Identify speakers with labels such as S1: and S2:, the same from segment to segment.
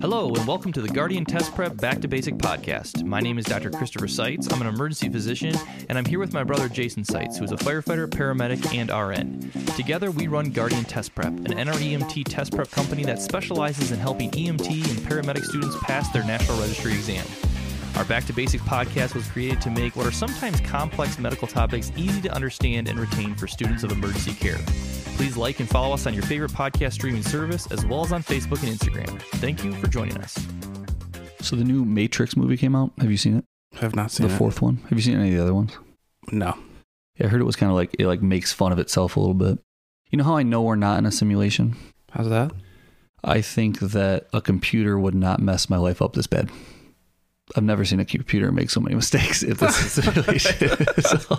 S1: Hello, and welcome to the Guardian Test Prep Back to Basic podcast. My name is Dr. Christopher Seitz. I'm an emergency physician, and I'm here with my brother Jason Seitz, who is a firefighter, paramedic, and RN. Together, we run Guardian Test Prep, an NREMT test prep company that specializes in helping EMT and paramedic students pass their National Registry exam. Our Back to Basic podcast was created to make what are sometimes complex medical topics easy to understand and retain for students of emergency care. Please like and follow us on your favorite podcast streaming service, as well as on Facebook and Instagram. Thank you for joining us.
S2: So the new Matrix movie came out. Have you seen it?
S3: I've not seen
S2: the
S3: it.
S2: fourth one. Have you seen any of the other ones?
S3: No.
S2: Yeah, I heard it was kind of like it like makes fun of itself a little bit. You know how I know we're not in a simulation?
S3: How's that?
S2: I think that a computer would not mess my life up this bad. I've never seen a computer make so many mistakes if this is a simulation. So-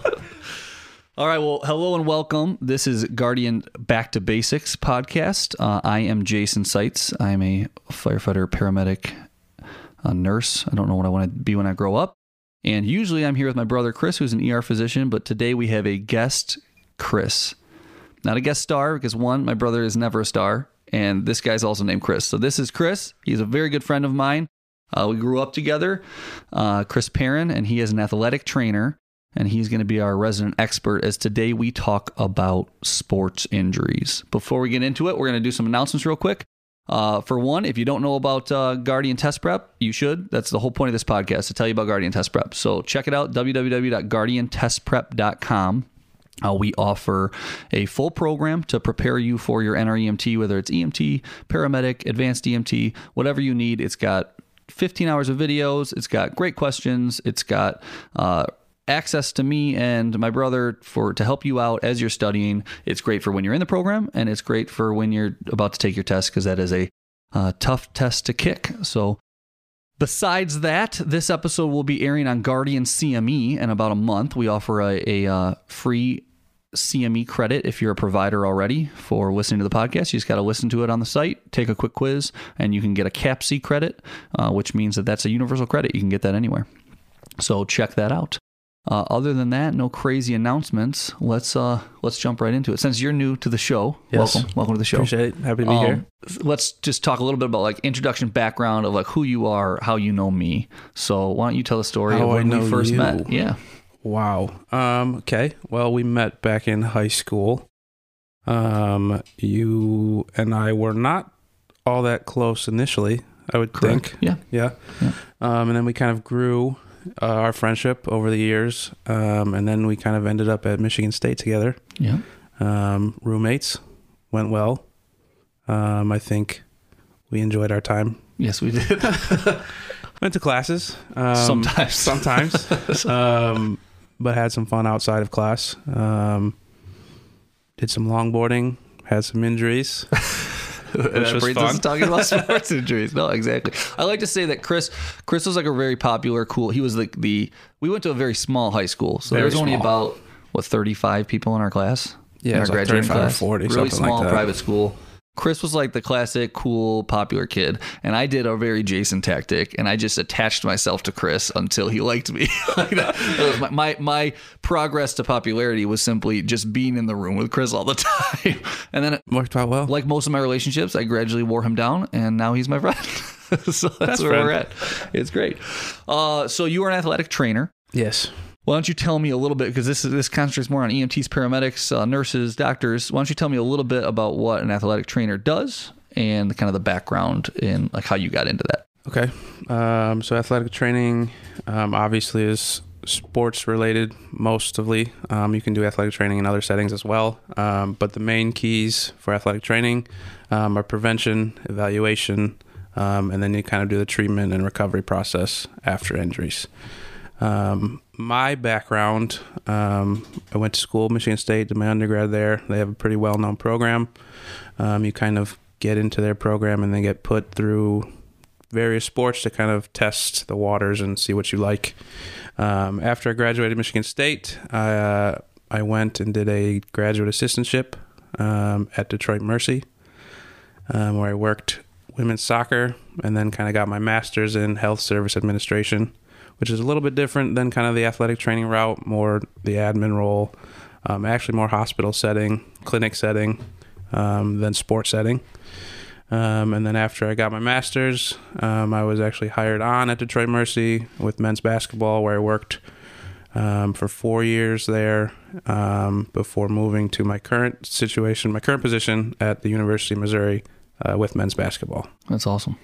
S2: All right, well, hello and welcome. This is Guardian Back to Basics podcast. Uh, I am Jason Seitz. I'm a firefighter, paramedic, a nurse. I don't know what I want to be when I grow up. And usually I'm here with my brother Chris, who's an ER physician, but today we have a guest, Chris not a guest star because one, my brother is never a star, and this guy's also named Chris. So this is Chris. He's a very good friend of mine. Uh, we grew up together, uh, Chris Perrin, and he is an athletic trainer, and he's going to be our resident expert as today we talk about sports injuries. Before we get into it, we're going to do some announcements real quick. Uh, for one, if you don't know about uh, Guardian Test Prep, you should. That's the whole point of this podcast to tell you about Guardian Test Prep. So check it out www.guardiantestprep.com. Uh, we offer a full program to prepare you for your NREMT, whether it's EMT, paramedic, advanced EMT, whatever you need. It's got 15 hours of videos, it's got great questions, it's got uh, access to me and my brother for to help you out as you're studying. It's great for when you're in the program, and it's great for when you're about to take your test because that is a uh, tough test to kick. So Besides that, this episode will be airing on Guardian CME in about a month. We offer a, a uh, free CME credit if you're a provider already for listening to the podcast. You just got to listen to it on the site, take a quick quiz, and you can get a CAPC credit, uh, which means that that's a universal credit. You can get that anywhere. So check that out. Uh, other than that, no crazy announcements. Let's uh, let's jump right into it. Since you're new to the show,
S3: Yes.
S2: welcome, welcome to the show.
S3: Appreciate it. Happy to be
S2: Um,
S3: here.
S2: Let's just talk a little bit about like introduction, background of like who you are, how you know me. So why don't you tell the story
S3: How
S2: of
S3: I
S2: when
S3: know
S2: we first
S3: you.
S2: met? Yeah,
S3: Wow. Um, okay. Well, we met back in high school. Um, you and I were not all that close initially, I would
S2: correct.
S3: think.
S2: Yeah,
S3: Yeah.
S2: Yeah.
S3: Um, and then we kind of grew uh, our friendship over the years. Um, and then we kind of ended up at Michigan State together.
S2: yeah,
S3: Um, roommates went well. Um, I think we enjoyed our time.
S2: yes, we did.
S3: Went to classes. Um,
S2: Sometimes.
S3: sometimes um, but had some fun outside of class um, did some longboarding had some injuries
S2: That
S3: was
S2: brings
S3: fun.
S2: us to talking about sports injuries. No, exactly. I like to say that Chris, Chris was like a very popular, cool. He was like the. We went to a very small high school, so there
S3: Very
S2: was only
S3: small.
S2: about what thirty five people in our class.
S3: Yeah,
S2: in
S3: it
S2: our
S3: was like 35 or 40,
S2: really
S3: something like
S2: small
S3: that.
S2: private school. Chris was like the classic cool popular kid, and I did a very Jason tactic, and I just attached myself to Chris until he liked me. like that, that was my, my my progress to popularity was simply just being in the room with Chris all the time, and then
S3: worked out well
S2: like most of my relationships, I gradually wore him down, and now he's my friend. so that's where
S3: friend.
S2: we're at. It's great. Uh, so you are an athletic trainer.
S3: yes
S2: Why don't you tell me a little bit because this is, this concentrates more on EMTs, paramedics, uh, nurses, doctors. Why don't you tell me a little bit about what an athletic trainer does and kind of the background and like how you got into that?
S3: okay um, so athletic training um, obviously is sports related mostly um, you can do athletic training in other settings as well um, but the main keys for athletic training um, are prevention evaluation um, and then you kind of do the treatment and recovery process after injuries Um, my background, um, I went to school, Michigan State, did my undergrad there. They have a pretty well known program. Um, you kind of get into their program and they get put through various sports to kind of test the waters and see what you like. Um, after I graduated Michigan State, I, uh, I went and did a graduate assistantship um, at Detroit Mercy, um, where I worked women's soccer and then kind of got my master's in health service administration which is a little bit different than kind of the athletic training route, more the admin role, um, actually more hospital setting, clinic setting, um, than sports setting. Um, and then after I got my master's, um, I was actually hired on at Detroit Mercy with men's basketball, where I worked um, for four years there um, before moving to my current situation, my current position at the University of Missouri uh, with men's basketball.
S2: That's awesome.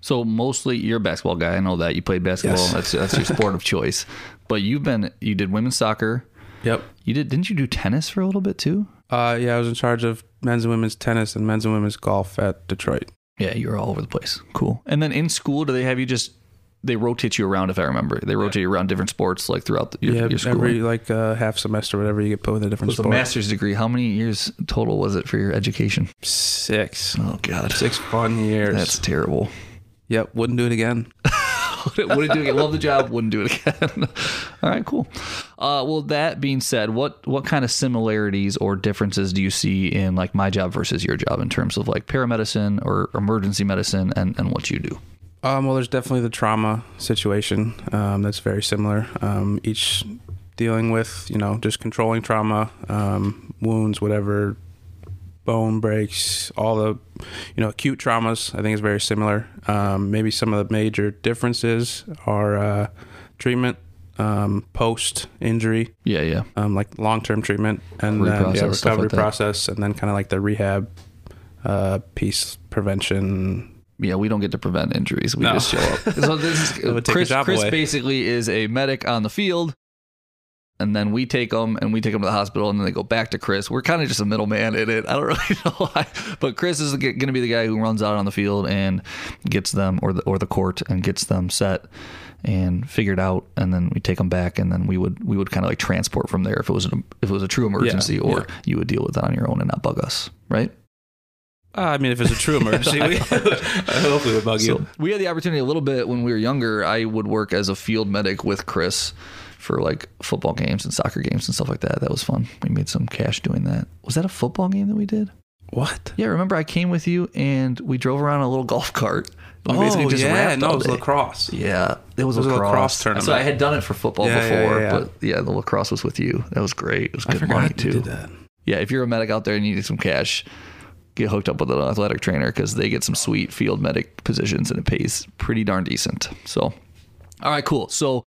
S2: So mostly you're a basketball guy. I know that you played basketball.
S3: Yes.
S2: That's that's your sport of choice. But you've been you did women's soccer.
S3: Yep.
S2: You did didn't you do tennis for a little bit too?
S3: Uh, yeah, I was in charge of men's and women's tennis and men's and women's golf at Detroit.
S2: Yeah, you were all over the place. Cool. And then in school, do they have you just they rotate you around? If I remember, they rotate you around different sports like throughout the, your,
S3: yeah,
S2: your school.
S3: every like uh, half semester, whatever you get put with a different
S2: with a
S3: sport.
S2: master's degree, how many years total was it for your education?
S3: Six,
S2: Oh God,
S3: six fun years.
S2: that's terrible.
S3: Yep, wouldn't do it again.
S2: wouldn't do it again. Love the job. Wouldn't do it again. All right, cool. Uh, well, that being said, what what kind of similarities or differences do you see in like my job versus your job in terms of like paramedicine or emergency medicine and and what you do?
S3: Um, well, there's definitely the trauma situation um, that's very similar. Um, each dealing with, you know, just controlling trauma, um, wounds, whatever, bone breaks, all the, you know, acute traumas, I think is very similar. Um, maybe some of the major differences are uh, treatment um, post injury,
S2: Yeah, yeah.
S3: um, like long term treatment, and then yeah,
S2: Reprocess, stuff
S3: recovery
S2: like that.
S3: process, and then kind of like the rehab uh, piece, prevention,
S2: Yeah, we don't get to prevent injuries. We
S3: No.
S2: just show up. So this
S3: It
S2: is
S3: would take a
S2: Chris.
S3: job
S2: Chris
S3: away.
S2: basically is a medic on the field, and then we take them and we take them to the hospital, and then they go back to Chris. We're kind of just a middleman in it. I don't really know why, but Chris is going to be the guy who runs out on the field and gets them or the or the court and gets them set and figured out, and then we take them back, and then we would we would kind of like transport from there if it was an, if it was a true emergency, or you would deal with it on your own and not bug us, right?
S3: Uh, I mean, if it's a true emergency, we, hopefully would bug
S2: So we had the opportunity a little bit when we were younger. I would work as a field medic with Chris for like football games and soccer games and stuff like that. That was fun. We made some cash doing that. Was that a football game that we did?
S3: What?
S2: Yeah, remember I came with you and we drove around a little golf cart. We basically just rapped
S3: Oh, no,
S2: all
S3: it was
S2: day.
S3: lacrosse.
S2: Yeah, it was,
S3: It was a
S2: lacrosse.
S3: lacrosse tournament.
S2: So I had done it for football
S3: Yeah, yeah,
S2: before,
S3: yeah, yeah.
S2: but yeah, the lacrosse was with you. That was great. It was good money too.
S3: you did that.
S2: Yeah, if you're a medic out there and you need some cash, get hooked up with an athletic trainer because they get some sweet field medic positions and it pays pretty darn decent. So, all right, cool. So,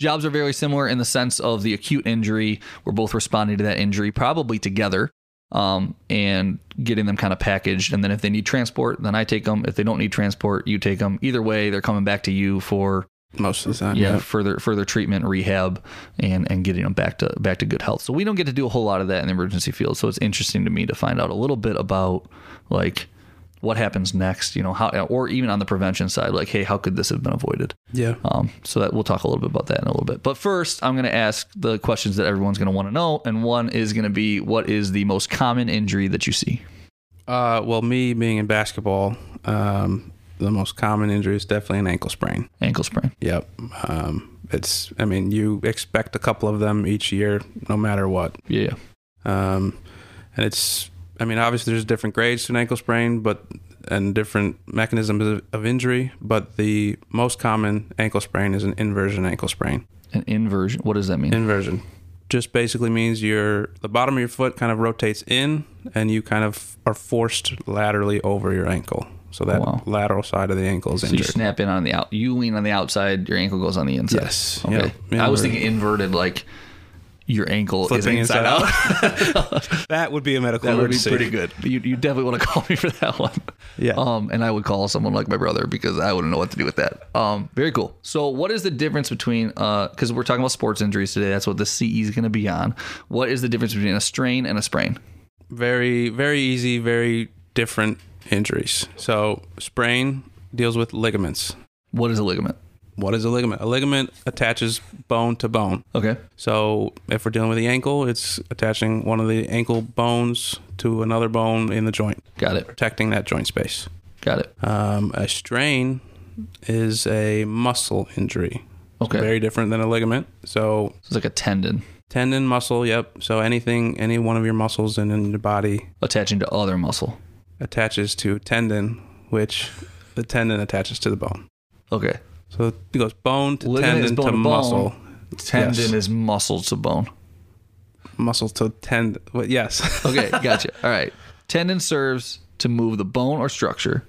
S2: jobs are very similar in the sense of the acute injury. We're both responding to that injury probably together um, and getting them kind of packaged. And then if they need transport, then I take them. If they don't need transport, you take them. Either way, they're coming back to you for
S3: Most of the time,
S2: yeah,
S3: yeah.
S2: further further treatment, rehab, and and getting them back to back to good health. So we don't get to do a whole lot of that in the emergency field. So it's interesting to me to find out a little bit about like what happens next, you know, how or even on the prevention side, like hey, how could this have been avoided?
S3: Yeah.
S2: Um, so that we'll talk a little bit about that in a little bit. But first, I'm going to ask the questions that everyone's going to want to know, and one is going to be what is the most common injury that you see?
S3: Uh, well, me being in basketball, um, the most common injury is definitely an ankle sprain.
S2: Ankle sprain.
S3: Yep. Um, it's. I mean, you expect a couple of them each year, no matter what.
S2: Yeah.
S3: Um, and it's. I mean, obviously, there's different grades to an ankle sprain, but and different mechanisms of, of injury. But the most common ankle sprain is an inversion ankle sprain.
S2: An inversion. What does that mean?
S3: Inversion just basically means your the bottom of your foot kind of rotates in and you kind of are forced laterally over your ankle. So that
S2: Wow.
S3: lateral side of the ankle is
S2: So you
S3: injured.
S2: snap in on the out. You lean on the outside. Your ankle goes on the inside.
S3: Yes.
S2: Okay.
S3: Yeah.
S2: I was thinking inverted, like your ankle
S3: Flipping
S2: is inside,
S3: inside
S2: out.
S3: that would be a medical
S2: that would be pretty good. You, you definitely want to call me for that one.
S3: Yeah.
S2: Um, and I would call someone like my brother because I wouldn't know what to do with that. Um, very cool. So, what is the difference between? Because we're talking about sports injuries today. That's what the CE is going to be on. What is the difference between a strain and a sprain?
S3: Very very easy, very different injuries. So sprain deals with ligaments.
S2: What is a ligament?
S3: What is a ligament? A ligament attaches bone to bone.
S2: Okay.
S3: So if we're dealing with the ankle, it's attaching one of the ankle bones to another bone in the joint,
S2: Got it.
S3: protecting that joint space.
S2: Got it.
S3: Um, a strain is a muscle injury.
S2: Okay.
S3: Very different than a ligament.
S2: So
S3: So
S2: it's like a tendon
S3: tendon, muscle, yep. So anything, any one of your muscles in, in your body
S2: attaching to other muscle.
S3: attaches to tendon, which the tendon attaches to the bone.
S2: Okay.
S3: So it goes bone to
S2: Ligament is
S3: tendon
S2: bone
S3: to
S2: to bone.
S3: muscle.
S2: Tendon
S3: Yes.
S2: is muscle to bone.
S3: Muscle to tendon. Yes.
S2: Okay, gotcha. All right. Tendon serves to move the bone or structure.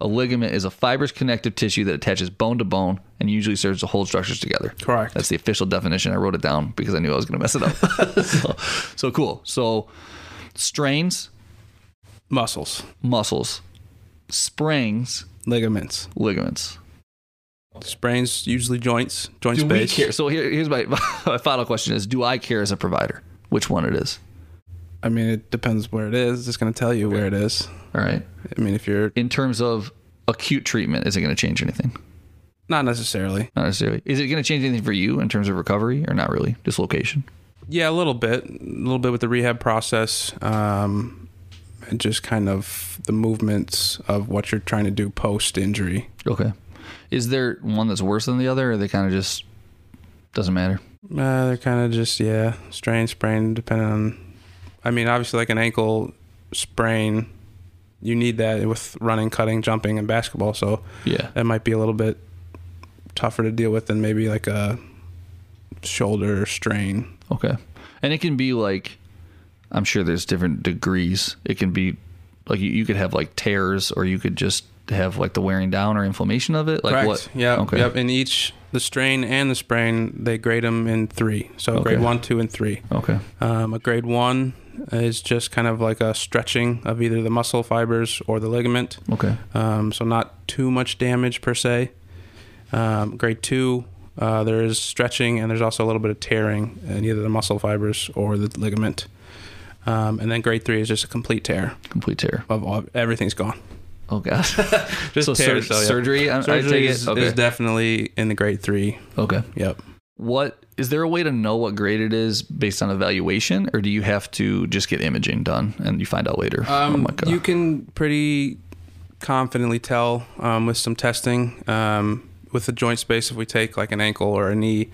S2: A ligament is a fibrous connective tissue that attaches bone to bone and usually serves to hold structures together.
S3: Correct.
S2: That's the official definition. I wrote it down because I knew I was going to mess it up. so, so cool. So strains,
S3: Muscles,
S2: muscles, sprains,
S3: ligaments,
S2: ligaments.
S3: sprains, usually joints, joint
S2: Do we
S3: space.
S2: care? So here, here's my, my final question is, do I care as a provider? Which one it is?
S3: I mean, it depends where it is. It's going to tell you where it is.
S2: All right.
S3: I mean, if you're
S2: In terms of acute treatment, is it going to change anything?
S3: not necessarily.
S2: Not necessarily. Is it going to change anything for you in terms of recovery or not really? Just location.
S3: Yeah, a little bit, a little bit with the rehab process, um, and just kind of the movements of what you're trying to do post injury.
S2: Okay. Is there one that's worse than the other or they kind of just doesn't matter?
S3: Uh, they're kind of just yeah, strain, sprain, depending on. I mean, obviously, like an ankle sprain, you need that with running, cutting, jumping, and basketball. So
S2: Yeah.
S3: that might be a little bit tougher to deal with than maybe like a shoulder strain.
S2: Okay. And it can be like, I'm sure there's different degrees. It can be like you, you could have like tears or you could just have like the wearing down or inflammation of it. Like
S3: Correct.
S2: what?
S3: Yep.
S2: Okay.
S3: Yep. And each the strain and the sprain, they grade them in three. So
S2: Okay.
S3: grade one, two, and three.
S2: Okay.
S3: Um, a grade one is just kind of like a stretching of either the muscle fibers or the ligament.
S2: Okay.
S3: Um, so not too much damage per se. Um, grade two, uh, there is stretching and there's also a little bit of tearing in either the muscle fibers or the ligament. Um, and then grade three is just a complete tear
S2: Complete tear.
S3: of all, everything's gone.
S2: Oh God.
S3: Just
S2: so
S3: tear,
S2: sur-
S3: so, yeah.
S2: surgery. I, I
S3: Surgery
S2: take
S3: is,
S2: it. Okay.
S3: is definitely in the grade three.
S2: okay.
S3: Yep.
S2: What is there a way to know what grade it is based on evaluation, or do you have to just get imaging done and you find out later? Oh
S3: Um,
S2: my God.
S3: you can pretty confidently tell um, with some testing. Um, with the joint space, if we take like an ankle or a knee,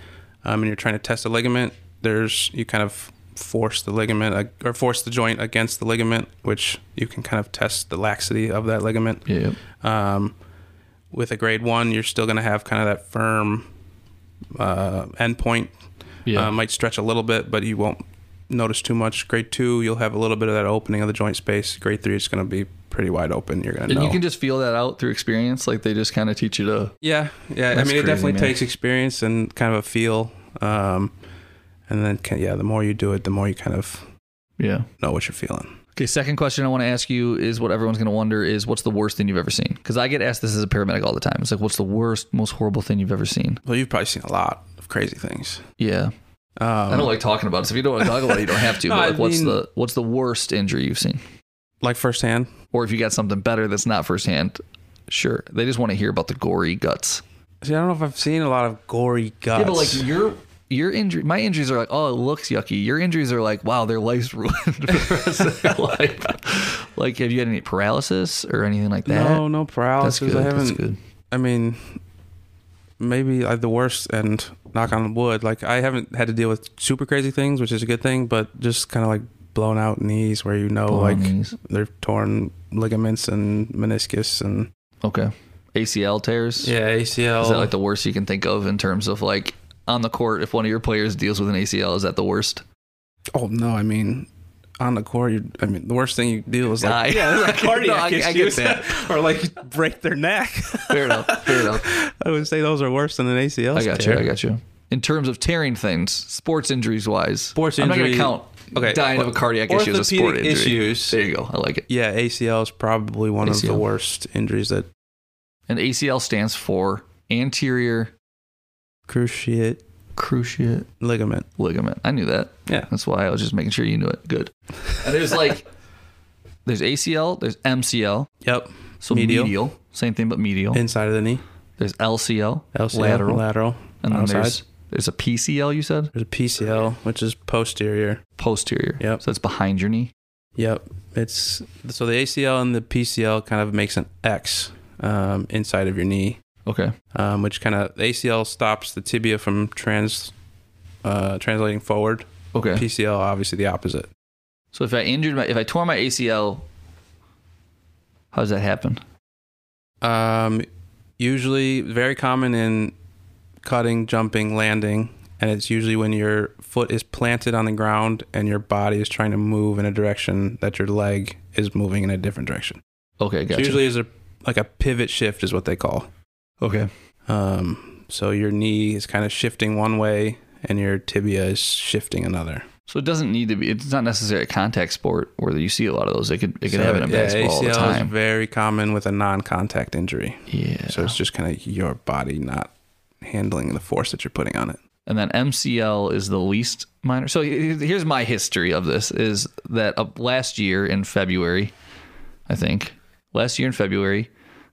S3: um, and you're trying to test a ligament, there's you kind of force the ligament ag- or force the joint against the ligament, which you can kind of test the laxity of that ligament.
S2: Yeah, yeah.
S3: Um, with a grade one, you're still going to have kind of that firm uh, endpoint.
S2: Yeah.
S3: Uh, might stretch a little bit, but you won't notice too much. Grade two, you'll have a little bit of that opening of the joint space. Grade three, it's going to be pretty wide open. You're going to
S2: And
S3: know.
S2: you can just feel that out through experience. Like they just kind of teach you to.
S3: yeah, yeah. I
S2: That's
S3: mean, it
S2: crazy,
S3: definitely
S2: man.
S3: takes experience and kind of a feel. Um, and then, can, yeah, the more you do it, the more you kind of
S2: Yeah.
S3: know what you're feeling.
S2: Okay, second question I want to ask you is what everyone's going to wonder is what's the worst thing you've ever seen? Because I get asked this as a paramedic all the time. It's like, what's the worst, most horrible thing you've ever seen?
S3: Well, you've probably seen a lot of crazy things.
S2: Yeah, Uh,
S3: Um,
S2: I don't like talking about it. So if you don't want to talk about it, you don't have to.
S3: No,
S2: but
S3: I
S2: like, what's
S3: mean-
S2: the what's the worst injury you've seen?
S3: like firsthand.
S2: Or if you got something better that's not firsthand, sure. They just want to hear about the gory guts.
S3: See, I don't know if I've seen a lot of gory guts.
S2: Yeah, but like your your injury, my injuries are like, oh, it looks yucky. Your injuries are like, wow, their life's ruined for the rest of their life. Like, have you had any paralysis or anything like that?
S3: No, no
S2: that's
S3: paralysis.
S2: good.
S3: I
S2: That's
S3: haven't.
S2: good.
S3: I mean, maybe uh, the worst, and knock on wood. Like I haven't had to deal with super crazy things, which is a good thing. But just kind of like blown out knees, where you know,
S2: Blown
S3: Oh, like
S2: knees.
S3: they're torn ligaments and meniscus, and
S2: Okay. ACL tears.
S3: yeah, ACL.
S2: Is that like the worst you can think of in terms of like on the court? If one of your players deals with an ACL, is that the worst?
S3: oh no, I mean. On the court, you I mean, the worst thing you do is
S2: Die.
S3: like yeah, like
S2: No, I-
S3: cardiac
S2: I get
S3: issues,
S2: that.
S3: or like break their neck.
S2: Fair enough. Fair enough.
S3: I would say those are worse than an ACL.
S2: I got
S3: tear.
S2: you. I got you. In terms of tearing things, sports injuries wise,
S3: Sports
S2: I'm not going to
S3: injury-
S2: count
S3: Okay.
S2: dying of a cardiac issue as a sport
S3: Orthopedic
S2: injury.
S3: issues.
S2: There you go. I like it.
S3: Yeah, ACL is probably one of the
S2: ACL.
S3: worst injuries that
S2: And ACL stands for anterior
S3: cruciate
S2: cruciate
S3: ligament.
S2: ligament. I knew that.
S3: Yeah.
S2: That's why I was just making sure you knew it. Good. And there's like, there's ACL, there's MCL,
S3: Yep.
S2: so medial,
S3: Medial.
S2: same thing but medial.
S3: Inside of the knee.
S2: There's LCL,
S3: LCL,
S2: lateral,
S3: lateral.
S2: and then
S3: outside.
S2: there's there's a PCL. You said
S3: There's a PCL, which is posterior.
S2: posterior.
S3: Yep.
S2: So it's behind your knee.
S3: Yep. It's so the ACL and the PCL kind of makes an X um, inside of your knee,
S2: Okay.
S3: um, which kind of the ACL stops the tibia from trans uh, translating forward.
S2: Okay.
S3: PCL obviously the opposite.
S2: so if I injured my if I tore my ACL, how does that happen?
S3: Um, usually, very common in cutting, jumping, landing, and it's usually when your foot is planted on the ground and your body is trying to move in a direction that your leg is moving in a different direction.
S2: Okay,
S3: So
S2: gotcha.
S3: usually is a like a pivot shift is what they call.
S2: okay,
S3: Um, so your knee is kind of shifting one way and your tibia is shifting another.
S2: so it doesn't need to be. It's not necessarily a contact sport where you see a lot of those. It could it could
S3: So,
S2: happen in
S3: yeah,
S2: basketball all the
S3: ACL is
S2: time.
S3: very common with a non-contact injury.
S2: Yeah.
S3: So it's just kind of your body not handling the force that you're putting on it.
S2: and then MCL is the least minor. So he- here's my history of this: is that up last year in February, I think last year in February,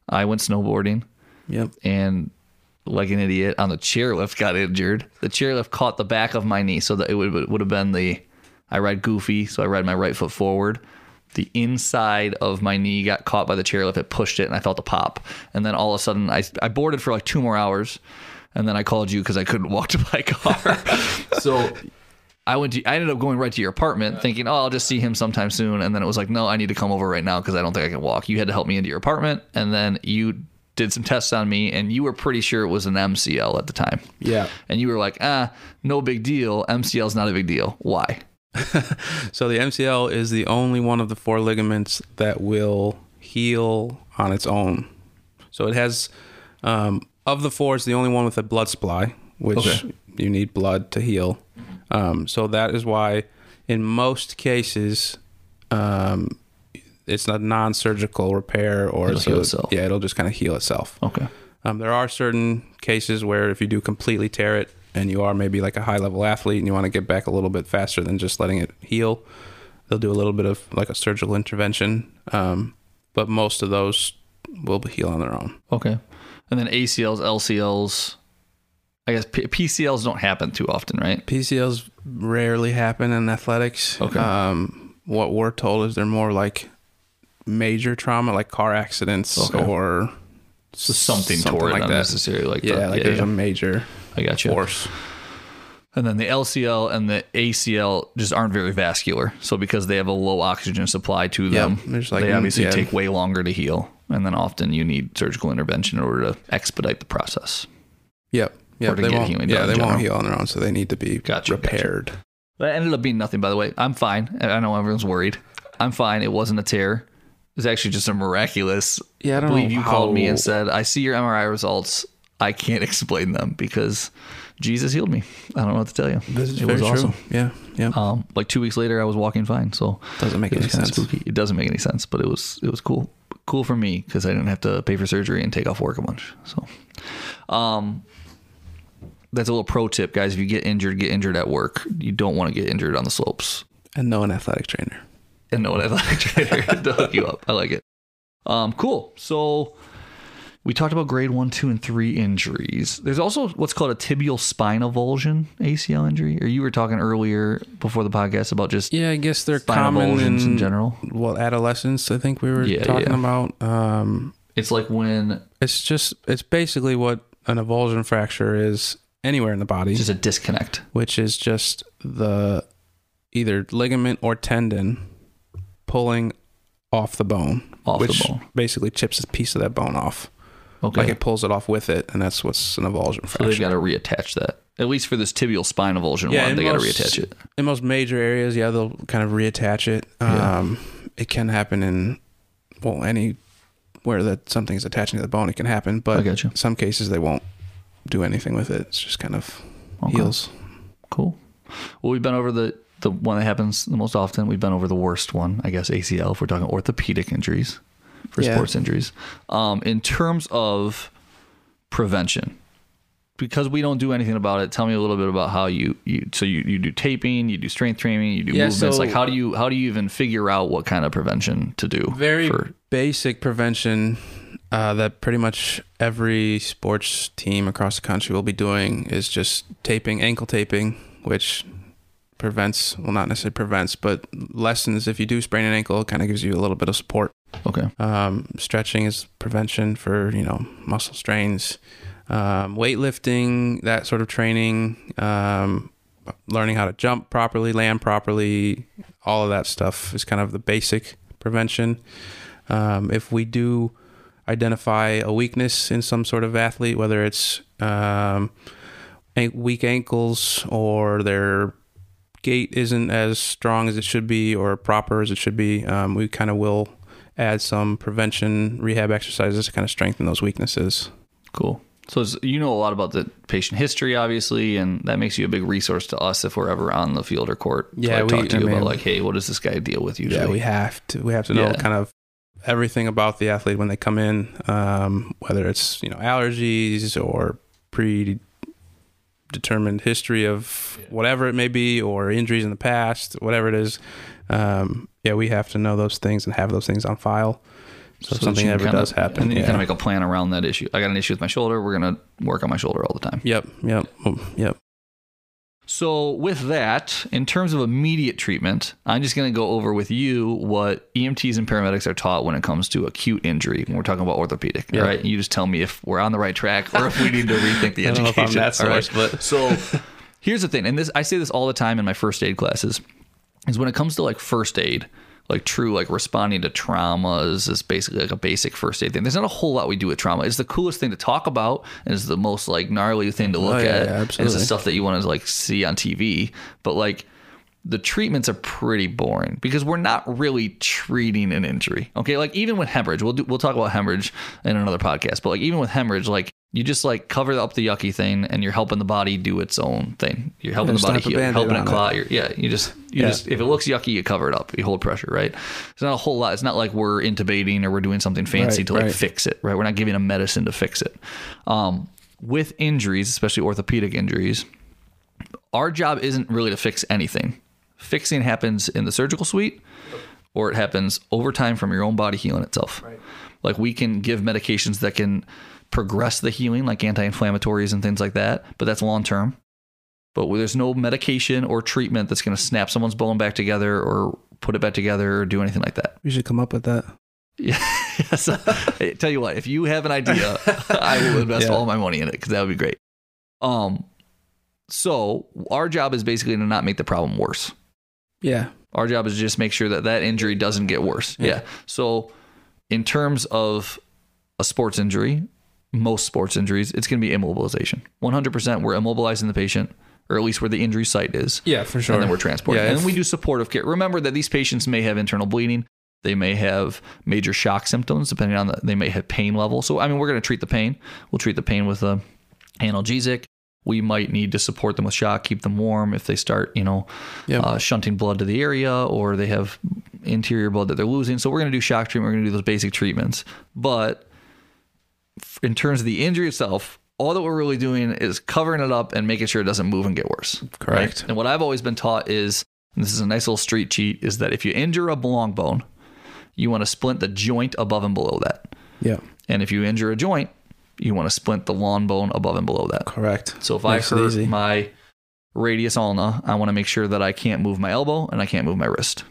S2: I went snowboarding
S3: Yep.
S2: and like an idiot on the chairlift got injured. The chairlift caught the back of my knee, so that it would would have been the I ride goofy, so I ride my right foot forward. The inside of my knee got caught by the chairlift. It pushed it, and I felt a pop. And then all of a sudden, I I boarded for like two more hours, and then I called you because I couldn't walk to my car. so. I went. To, I ended up going right to your apartment, thinking, "Oh, I'll just see him sometime soon." And then it was like, "No, I need to come over right now because I don't think I can walk." You had to help me into your apartment, and then you did some tests on me, and you were pretty sure it was an MCL at the time.
S3: Yeah.
S2: And you were like, "Ah, no big deal. MCL's not a big deal. Why?"
S3: So the MCL is the only one of the four ligaments that will heal on its own. So it has, um, of the four, it's the only one with a blood supply, which
S2: Okay.
S3: you need blood to heal. Um, so that is why, in most cases, um, it's a non-surgical repair, or
S2: It'll
S3: it's
S2: heal
S3: a-
S2: itself.
S3: Yeah, it'll just kind of heal itself.
S2: Okay.
S3: Um, there are certain cases where if you do completely tear it and you are maybe like a high level athlete and you want to get back a little bit faster than just letting it heal, they'll do a little bit of like a surgical intervention. Um, but most of those will heal on their own.
S2: Okay. And then ACLs, LCLs. I guess P- PCLs don't happen too often, right?
S3: PCLs rarely happen in athletics.
S2: Okay.
S3: Um, what we're told is they're more like major trauma, like car accidents
S2: Okay.
S3: or
S2: So something,
S3: something
S2: toward
S3: like that.
S2: unnecessary, like
S3: Yeah,
S2: the-
S3: like
S2: yeah,
S3: there's
S2: yeah.
S3: a major
S2: I got you.
S3: force.
S2: And then the LCL and the ACL just aren't very vascular. So because they have a low oxygen supply to them,
S3: they're just like- mm,
S2: they obviously
S3: yeah.
S2: take way longer to heal. And then often you need surgical intervention in order to expedite the process.
S3: Yep. Yep.
S2: to
S3: They
S2: get
S3: won't,
S2: healing done
S3: yeah,
S2: in
S3: they
S2: general.
S3: won't heal on their own, so they need to be
S2: Gotcha, gotcha.
S3: repaired.
S2: That ended up being nothing, by the way. I'm fine. I I know everyone's worried. I'm fine. It wasn't a tear. It was actually just a miraculous.
S3: Yeah, I don't
S2: believe
S3: know
S2: you called me
S3: how-
S2: and said, "I see your MRI results. I can't explain them because Jesus healed me." I don't know what to tell you. it was awesome.
S3: Yeah. Yeah.
S2: Um, like two weeks later, I was walking fine. So
S3: Doesn't make
S2: it
S3: any
S2: was kinda
S3: sense.
S2: Spooky. It doesn't make any sense, but it was it was cool. Cool for me because I didn't have to pay for surgery and take off work a bunch. So, um, that's a little pro tip, guys. If you get injured, get injured at work. You don't want to get injured on the slopes.
S3: And no an athletic trainer.
S2: And no one athletic trainer to hook you up. I like it. Um, cool. So we talked about grade one, two, and three injuries. There's also what's called a tibial spine avulsion ACL injury. Or you were talking earlier before the podcast about just
S3: Yeah, I guess they're
S2: spine
S3: common
S2: avulsions
S3: in,
S2: in general.
S3: Well, adolescence, I think we were
S2: Yeah,
S3: talking
S2: yeah.
S3: about. Um,
S2: It's like when
S3: it's just it's basically what an avulsion fracture is anywhere in the body,
S2: it's just a disconnect.
S3: which is just the either ligament or tendon pulling off the bone,
S2: Off the
S3: which
S2: bone.
S3: basically chips a piece of that bone off.
S2: Okay.
S3: Like it pulls it off with it, and that's what's an avulsion
S2: so
S3: fracture.
S2: they've got to reattach that. At least for this tibial spine avulsion one,
S3: in
S2: they got to
S3: most-
S2: reattach it.
S3: In most major areas, yeah, they'll kind of reattach it.
S2: Yeah.
S3: Um, It can happen in, well, any where that something's attaching to the bone, it can happen.
S2: I
S3: But
S2: got you.
S3: some cases, they won't do anything with it. It's just kind of
S2: Okay.
S3: heals.
S2: Cool. Well, we've been over the the one that happens the most often. We've been over the worst one, I guess ACL. If we're talking orthopedic injuries for
S3: Yeah.
S2: sports injuries, um, in terms of prevention, because we don't do anything about it. Tell me a little bit about how you you so you, you do taping, you do strength training, you do
S3: Yeah,
S2: movements.
S3: so-
S2: like how do you how do you even figure out what kind of prevention to do?
S3: Very
S2: for-
S3: basic prevention uh, that pretty much every sports team across the country will be doing is just taping, ankle taping, which prevents, well, not necessarily prevents, but lessens if you do sprain an ankle, it kind of gives you a little bit of support.
S2: okay.
S3: Um, stretching is prevention for you know muscle strains. Um, weightlifting, that sort of training, um, learning how to jump properly, land properly, all of that stuff is kind of the basic prevention. Um, if we do identify a weakness in some sort of athlete, whether it's um, an- weak ankles or their gait isn't as strong as it should be or proper as it should be, um, we kind of will add some prevention rehab exercises to kind of strengthen those weaknesses.
S2: Cool. So it's, you know a lot about the patient history, obviously, and that makes you a big resource to us if we're ever on the field or court. so
S3: Yeah,
S2: I
S3: we-
S2: talk to
S3: I
S2: you about
S3: mean-
S2: like, hey, what does this guy deal with usually?
S3: Yeah, we have to we have to know
S2: Yeah.
S3: kind of everything about the athlete when they come in, um, whether it's you know allergies or predetermined history of whatever it may be, or injuries in the past, whatever it is. Um, yeah, we have to know those things and have those things on file. So, if
S2: that
S3: something
S2: you
S3: ever
S2: kinda-
S3: does happen,
S2: and then you
S3: yeah.
S2: kind of make a plan around that issue. I got an issue with my shoulder. We're gonna work on my shoulder all the time.
S3: yep, yep, mm, yep.
S2: So, with that, in terms of immediate treatment, I'm just going to go over with you what EMTs and paramedics are taught when it comes to acute injury when we're talking about orthopedic. All right. You just tell me if we're on the right track or if we need to rethink the
S3: I don't know if I'm
S2: education.
S3: that
S2: all
S3: source, but-
S2: so here's the thing, and this I say this all the time in my first aid classes, is when it comes to like first aid, like true like responding to traumas is basically like a basic first aid thing. There's not a whole lot we do with trauma. It's the coolest thing to talk about, and it's the most like gnarly thing to look
S3: Oh, yeah,
S2: at.
S3: yeah,
S2: and it's the
S3: absolutely.
S2: stuff that you want to like see on TV, but like the treatments are pretty boring because we're not really treating an injury. Okay, like even with hemorrhage, we'll do, we'll talk about hemorrhage in another podcast, but like even with hemorrhage, like you just like cover up the yucky thing and you're helping the body do its own thing. You're helping the
S3: just
S2: body
S3: slap a
S2: heal, you're
S3: Band-Aid
S2: helping it
S3: on it.
S2: clot. You're, yeah, you just you
S3: Yeah.
S2: just if it looks yucky, you cover it up. You hold pressure, right? It's not a whole lot. It's not like we're intubating or we're doing something fancy
S3: Right,
S2: to like
S3: right.
S2: fix it, right? We're not giving a medicine to fix it. Um, with injuries, especially orthopedic injuries, our job isn't really to fix anything. Fixing happens in the surgical suite or it happens over time from your own body healing itself. Like we can give medications that can progress the healing, like anti inflammatories and things like that, but that's long term. But where there's no medication or treatment that's going to snap someone's bone back together or put it back together or do anything like that.
S3: We should come up with that.
S2: Yeah. so, I tell you what, if you have an idea, I will invest
S3: Yeah.
S2: all my money in it because that would be great. Um, so our job is basically to not make the problem worse.
S3: Yeah,
S2: Our job is to just make sure that that injury doesn't get worse. Yeah.
S3: Yeah.
S2: So, in terms of a sports injury, most sports injuries, it's going to be immobilization. 100%, we're immobilizing the patient, or at least where the injury site is.
S3: yeah, for sure.
S2: And then we're transporting.
S3: Yeah,
S2: and then
S3: if-
S2: we do supportive care. Remember that these patients may have internal bleeding. They may have major shock symptoms, depending on the, they may have pain level. So, I mean, we're going to treat the pain. We'll treat the pain with a analgesic. We might need to support them with shock, keep them warm if they start, you know,
S3: Yep.
S2: uh, shunting blood to the area or they have interior blood that they're losing. So, we're going to do shock treatment. We're going to do those basic treatments. But in terms of the injury itself, all that we're really doing is covering it up and making sure it doesn't move and get worse.
S3: Correct.
S2: And what I've always been taught is, and this is a nice little street cheat, is that if you injure a long bone, you want to splint the joint above and below that.
S3: yeah,
S2: And if you injure a joint, you want to splint the long bone above and below that.
S3: correct.
S2: So if
S3: Makes
S2: I
S3: it
S2: hurt
S3: easy.
S2: my radius ulna, I want to make sure that I can't move my elbow and I can't move my wrist.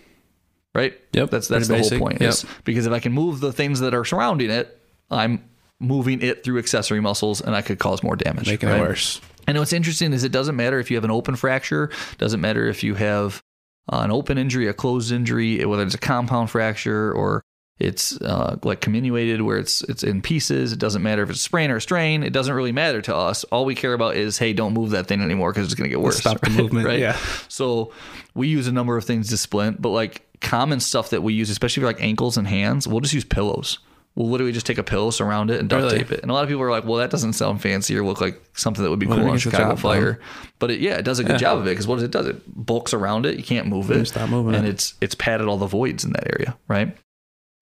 S2: Right?
S3: Yep,
S2: That's that's
S3: pretty
S2: the
S3: basic.
S2: whole point. Is because if I can move the things that are surrounding it, I'm moving it through accessory muscles and I could cause more damage.
S3: Making
S2: right?
S3: it worse.
S2: And what's interesting is it doesn't matter if you have an open fracture, doesn't matter if you have uh, an open injury, a closed injury, whether it's a compound fracture or it's uh, like comminuated where it's it's in pieces. It doesn't matter if it's sprain or strain. It doesn't really matter to us. All we care about is hey, don't move that thing anymore because it's going to get worse.
S3: Stop the movement.
S2: right?
S3: Yeah.
S2: So we use a number of things to splint, but like common stuff that we use, especially for like ankles and hands, we'll just use pillows. We'll literally just take a pillow, surround it, and duct
S3: Really?
S2: tape it. And a lot of people are like, "Well, that doesn't sound fancy or look like something that would be
S3: Well, it
S2: cool on
S3: gets the
S2: Chicago
S3: job
S2: Fire." But it, yeah, it does a good job of it because what does it does? It bulks around it. You can't move it.
S3: stop moving
S2: and
S3: it.
S2: it's it's padded all the voids in that area, right?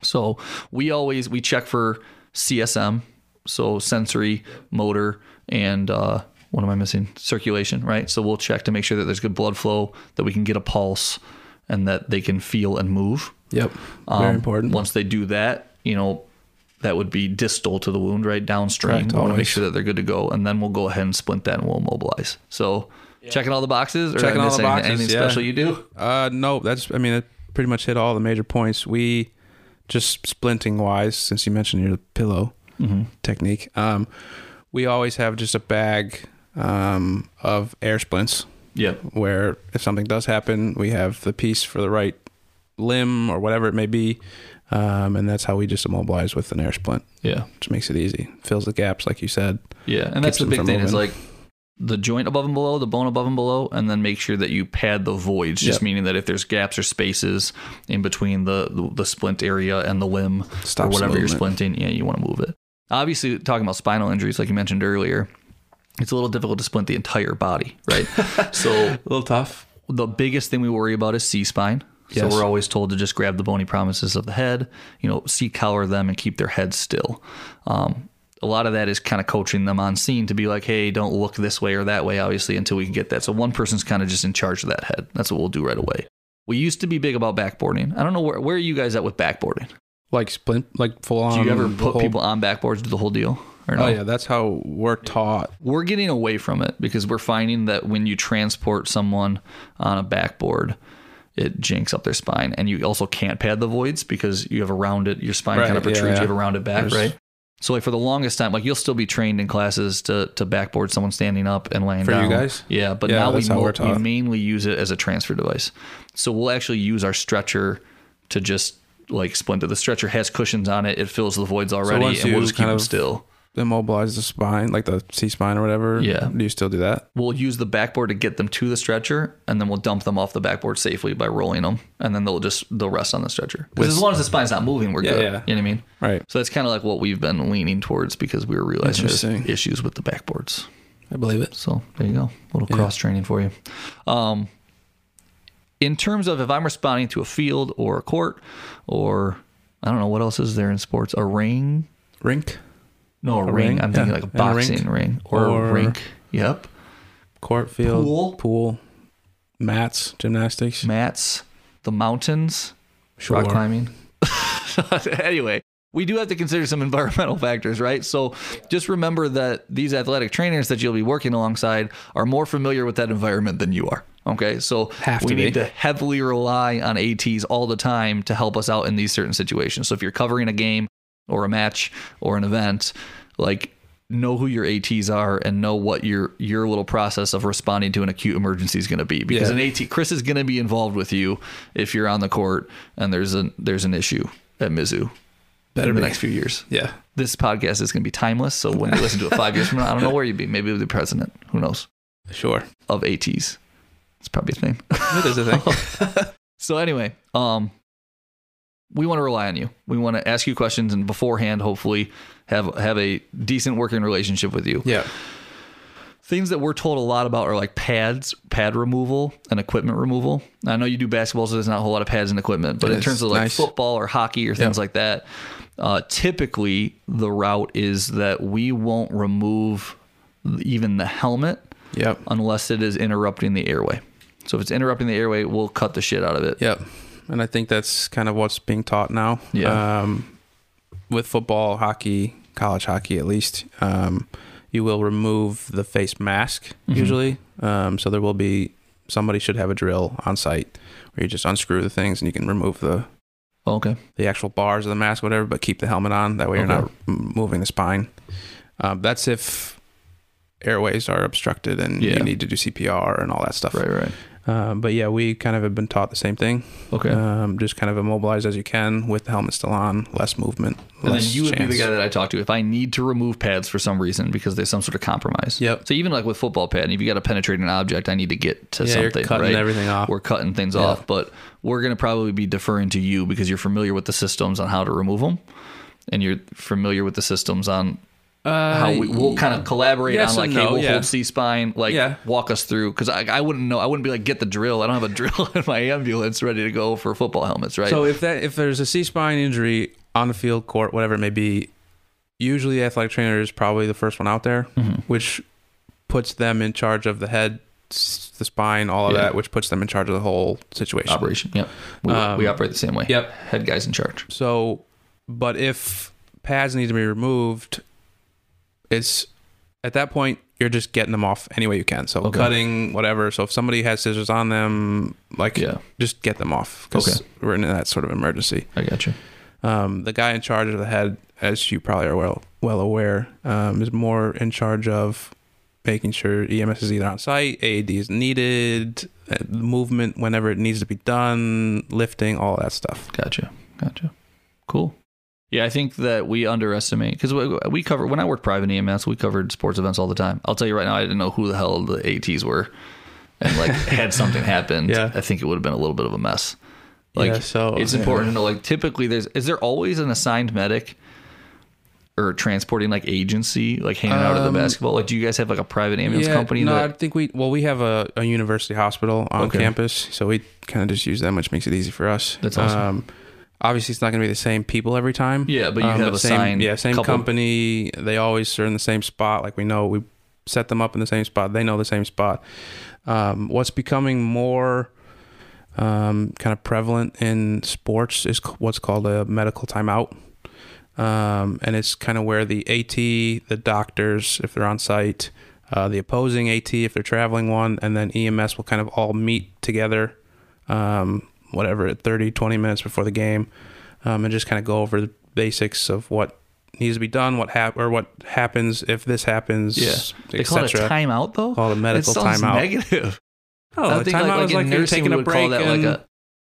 S2: So we always we check for CSM, so sensory, motor, and uh, what am I missing? Circulation, right? So we'll check to make sure that there's good blood flow, that we can get a pulse, and that they can feel and move.
S3: Yep. Very
S2: Um,
S3: important.
S2: Once they do that, you know, that would be distal to the wound, right downstream.
S3: Correct,
S2: we want to make
S3: always.
S2: sure that they're good to go, and then we'll go ahead and splint that and we'll mobilize. So checking all the boxes, or did I
S3: Checking all
S2: miss
S3: the
S2: anything,
S3: boxes,
S2: anything
S3: yeah.
S2: special you do?
S3: Uh, no, that's. I mean, it pretty much hit all the major points. We just splinting wise, since you mentioned your pillow technique. Um, we always have just a bag um, of air splints,
S2: Yeah,
S3: where if something does happen, we have the piece for the right limb or whatever it may be, um, and that's how we just immobilize with an air splint,
S2: yeah.
S3: which makes it easy, fills the gaps, like you said.
S2: Yeah, and that's the
S3: them
S2: big
S3: from
S2: thing is
S3: moving.
S2: like the joint above and below, the bone above and below, and then make sure that you pad the voids. Just
S3: Yep.
S2: meaning that if there's gaps or spaces in between the the, the splint area and the limb or
S3: Stops the
S2: whatever you're
S3: movement.
S2: splinting, yeah, you want to move it. Obviously, talking about spinal injuries, like you mentioned earlier, it's a little difficult to splint the entire body, right? so
S3: A little tough.
S2: the biggest thing we worry about is C spine.
S3: Yes.
S2: So we're always told to just grab the bony promises of the head, you know, C collar them and keep their head still. Um, a lot of that is kind of coaching them on scene to be like, hey, don't look this way or that way, obviously, until we can get that. So one person's kind of just in charge of that head. That's what we'll do right away. We used to be big about backboarding. I don't know where where are you guys at with backboarding?
S3: Like splint, like full on.
S2: Do you ever put
S3: Um, whole-
S2: people on backboards, do the whole deal? Or no?
S3: Oh yeah, that's how we're taught.
S2: we're getting away from it because we're finding that when you transport someone on a backboard, it jinks up their spine, and you also can't pad the voids because you have a rounded your spine
S3: Right,
S2: kind of
S3: yeah,
S2: protrudes, you
S3: yeah.
S2: have a rounded back,
S3: There's-
S2: right? So like for the longest time, like you'll still be trained in classes to to backboard someone standing up and laying
S3: For you
S2: down.
S3: guys?
S2: yeah. But
S3: Yeah,
S2: now we,
S3: that's how
S2: mo-
S3: we're
S2: we
S3: taught.
S2: mainly use it as a transfer device. So we'll actually use our stretcher to just like splinter. The stretcher has cushions on it; it fills the voids already,
S3: once
S2: and we'll
S3: you
S2: just keep
S3: kind
S2: them
S3: of-
S2: still.
S3: Immobilize the spine, like the C spine or whatever.
S2: Yeah.
S3: Do you still do that?
S2: we'll use the backboard to get them to the stretcher and then we'll dump them off the backboard safely by rolling them and then they'll just they'll rest on the stretcher 'Cause as long as the spine's not moving we're
S3: Yeah,
S2: good
S3: yeah.
S2: you know what i mean
S3: Right.
S2: so that's kind of like what we've been leaning towards because we were realizing there's
S3: Interesting.
S2: issues with the backboards
S3: I believe it.
S2: so there you go a little cross training for you um in terms of if i'm responding to a field or a court or i don't know what else is there in sports a ring
S3: Rink,
S2: no a,
S3: A
S2: ring.
S3: ring,
S2: i'm thinking
S3: yeah.
S2: like a
S3: And a rink.
S2: boxing ring or, a
S3: Or-
S2: rink yep
S3: court field,
S2: Pool.
S3: pool mats, gymnastics,
S2: mats the mountains
S3: Sure.
S2: rock climbing. anyway, we do have to consider some environmental factors, right? So just remember that these athletic trainers that you'll be working alongside are more familiar with that environment than you are. Okay, so
S3: Have
S2: we
S3: to be.
S2: need to heavily rely on ATs all the time to help us out in these certain situations. So if you're covering a game or a match or an event, like know who your ATs are and know what your your little process of responding to an acute emergency is going to be because
S3: Yeah.
S2: an AT Chris is going to be involved with you if you're on the court and there's an there's an issue at Mizzou
S3: Better
S2: in the
S3: be.
S2: next few years.
S3: Yeah.
S2: This podcast is going to be timeless, so when you listen to it 5 years from now, I don't know where you'd be, maybe the president, who knows,
S3: Sure.
S2: of ATs. It's probably a thing.
S3: It is a thing.
S2: So anyway, um, we want to rely on you. We want to ask you questions and beforehand, hopefully, have have a decent working relationship with you.
S3: yeah.
S2: Things that we're told a lot about are like pads, pad removal, and equipment removal. I know you do basketball, so there's not a whole lot of pads and equipment, but in
S3: Yes,
S2: terms of like
S3: nice.
S2: football or hockey or things
S3: Yeah.
S2: like that, uh, typically the route is that we won't remove even the helmet
S3: Yep.
S2: unless it is interrupting the airway. So if it's interrupting the airway, we'll cut the shit out of it.
S3: Yep. And I think that's kind of what's being taught now.
S2: Yeah.
S3: Um, with football, hockey, college hockey at least, um, you will remove the face mask
S2: Mm-hmm.
S3: usually. Um, so there will be somebody should have a drill on site where you just unscrew the things and you can remove the
S2: Okay.
S3: the actual bars of the mask, whatever, but keep the helmet on. That way you're
S2: Okay.
S3: not m- moving the spine. Um, that's if airways are obstructed and
S2: Yeah.
S3: you need to do CPR and all that stuff.
S2: Right, right.
S3: Um, but yeah, we kind of have been taught the same thing.
S2: Okay.
S3: Um, just kind of immobilize as you can with the helmet still on, less movement.
S2: and then
S3: less
S2: you would be
S3: chance.
S2: the guy that I talk to if I need to remove pads for some reason because there's some sort of compromise.
S3: Yep.
S2: So even like with football padding, if you got to penetrate an object, I need to get to
S3: Yeah, you're
S2: something.
S3: cutting
S2: right?
S3: everything off.
S2: We're cutting things off, but we're gonna probably be deferring to you because you're familiar with the systems on how to remove them, and you're familiar with the systems on
S3: uh,
S2: how we, we'll kind of collaborate
S3: yes
S2: on like,
S3: and
S2: hey,
S3: no,
S2: we'll
S3: yeah.
S2: hold C spine, like
S3: Yeah.
S2: walk us through because I, I wouldn't know. I wouldn't be like get the drill. I don't have a drill in my ambulance ready to go for football helmets, right?
S3: So if that if there's a C spine injury on the field, court, whatever it may be, usually the athletic trainer is probably the first one out there,
S2: Mm-hmm.
S3: which puts them in charge of the head, s- the spine, all of
S2: Yeah.
S3: that, which puts them in charge of the whole situation.
S2: operation. Yep. We,
S3: Um,
S2: we operate the same way.
S3: yep.
S2: Head guys in charge.
S3: So, but if pads need to be removed, it's at that point you're just getting them off any way you can. So
S2: Okay.
S3: cutting whatever. So if somebody has scissors on them, like
S2: Yeah.
S3: just get them off because
S2: Okay.
S3: we're in that sort of emergency.
S2: I got you.
S3: um, the guy in charge of the head, as you probably are well well aware, um, is more in charge of making sure EMS is either on site, AED is needed, uh, movement whenever it needs to be done, lifting, all that stuff.
S2: Gotcha. Gotcha. Cool. Yeah, I think that we underestimate because we, we cover when I worked private EMS, we covered sports events all the time. I'll tell you right now, I didn't know who the hell the ATs were, and like had something happened,
S3: Yeah. Oh,
S2: I think it would have been a little bit of a mess. Like,
S3: Yeah, so-
S2: it's important to know. Like, typically, there's is there always an assigned medic or transporting like agency, like handing out of
S3: Um,
S2: the basketball? Like, do you guys have like a private ambulance company?
S3: no, I
S2: that,
S3: think we well we have a, a university hospital on
S2: Okay.
S3: campus, so we kind of just use them, which makes it easy for us.
S2: That's awesome.
S3: Um, obviously, it's not going to be the same people every time. Um,
S2: Yeah, but you have a
S3: same,
S2: signed
S3: yeah same
S2: couple.
S3: company. They always are in the same spot. Like we know we set them up in the same spot. They know the same spot. Um, what's becoming more um, kind of prevalent in sports is c- what's called a medical timeout. Um, and it's kind of where the AT, the doctors, if they're on site, uh, the opposing AT, if they're traveling one, and then EMS will kind of all meet together, um, whatever, 30, 20 minutes before the game, um, and just kind of go over the basics of what needs to be done, what hap- or what happens if this happens,
S2: yeah, they call it a
S3: etc.
S2: timeout though.
S3: Call it a medical
S2: It sounds
S3: timeout.
S2: Negative.
S3: Oh,
S2: I think like, like,
S3: is
S2: in
S3: you're
S2: nursing we would call that like
S3: and-
S2: a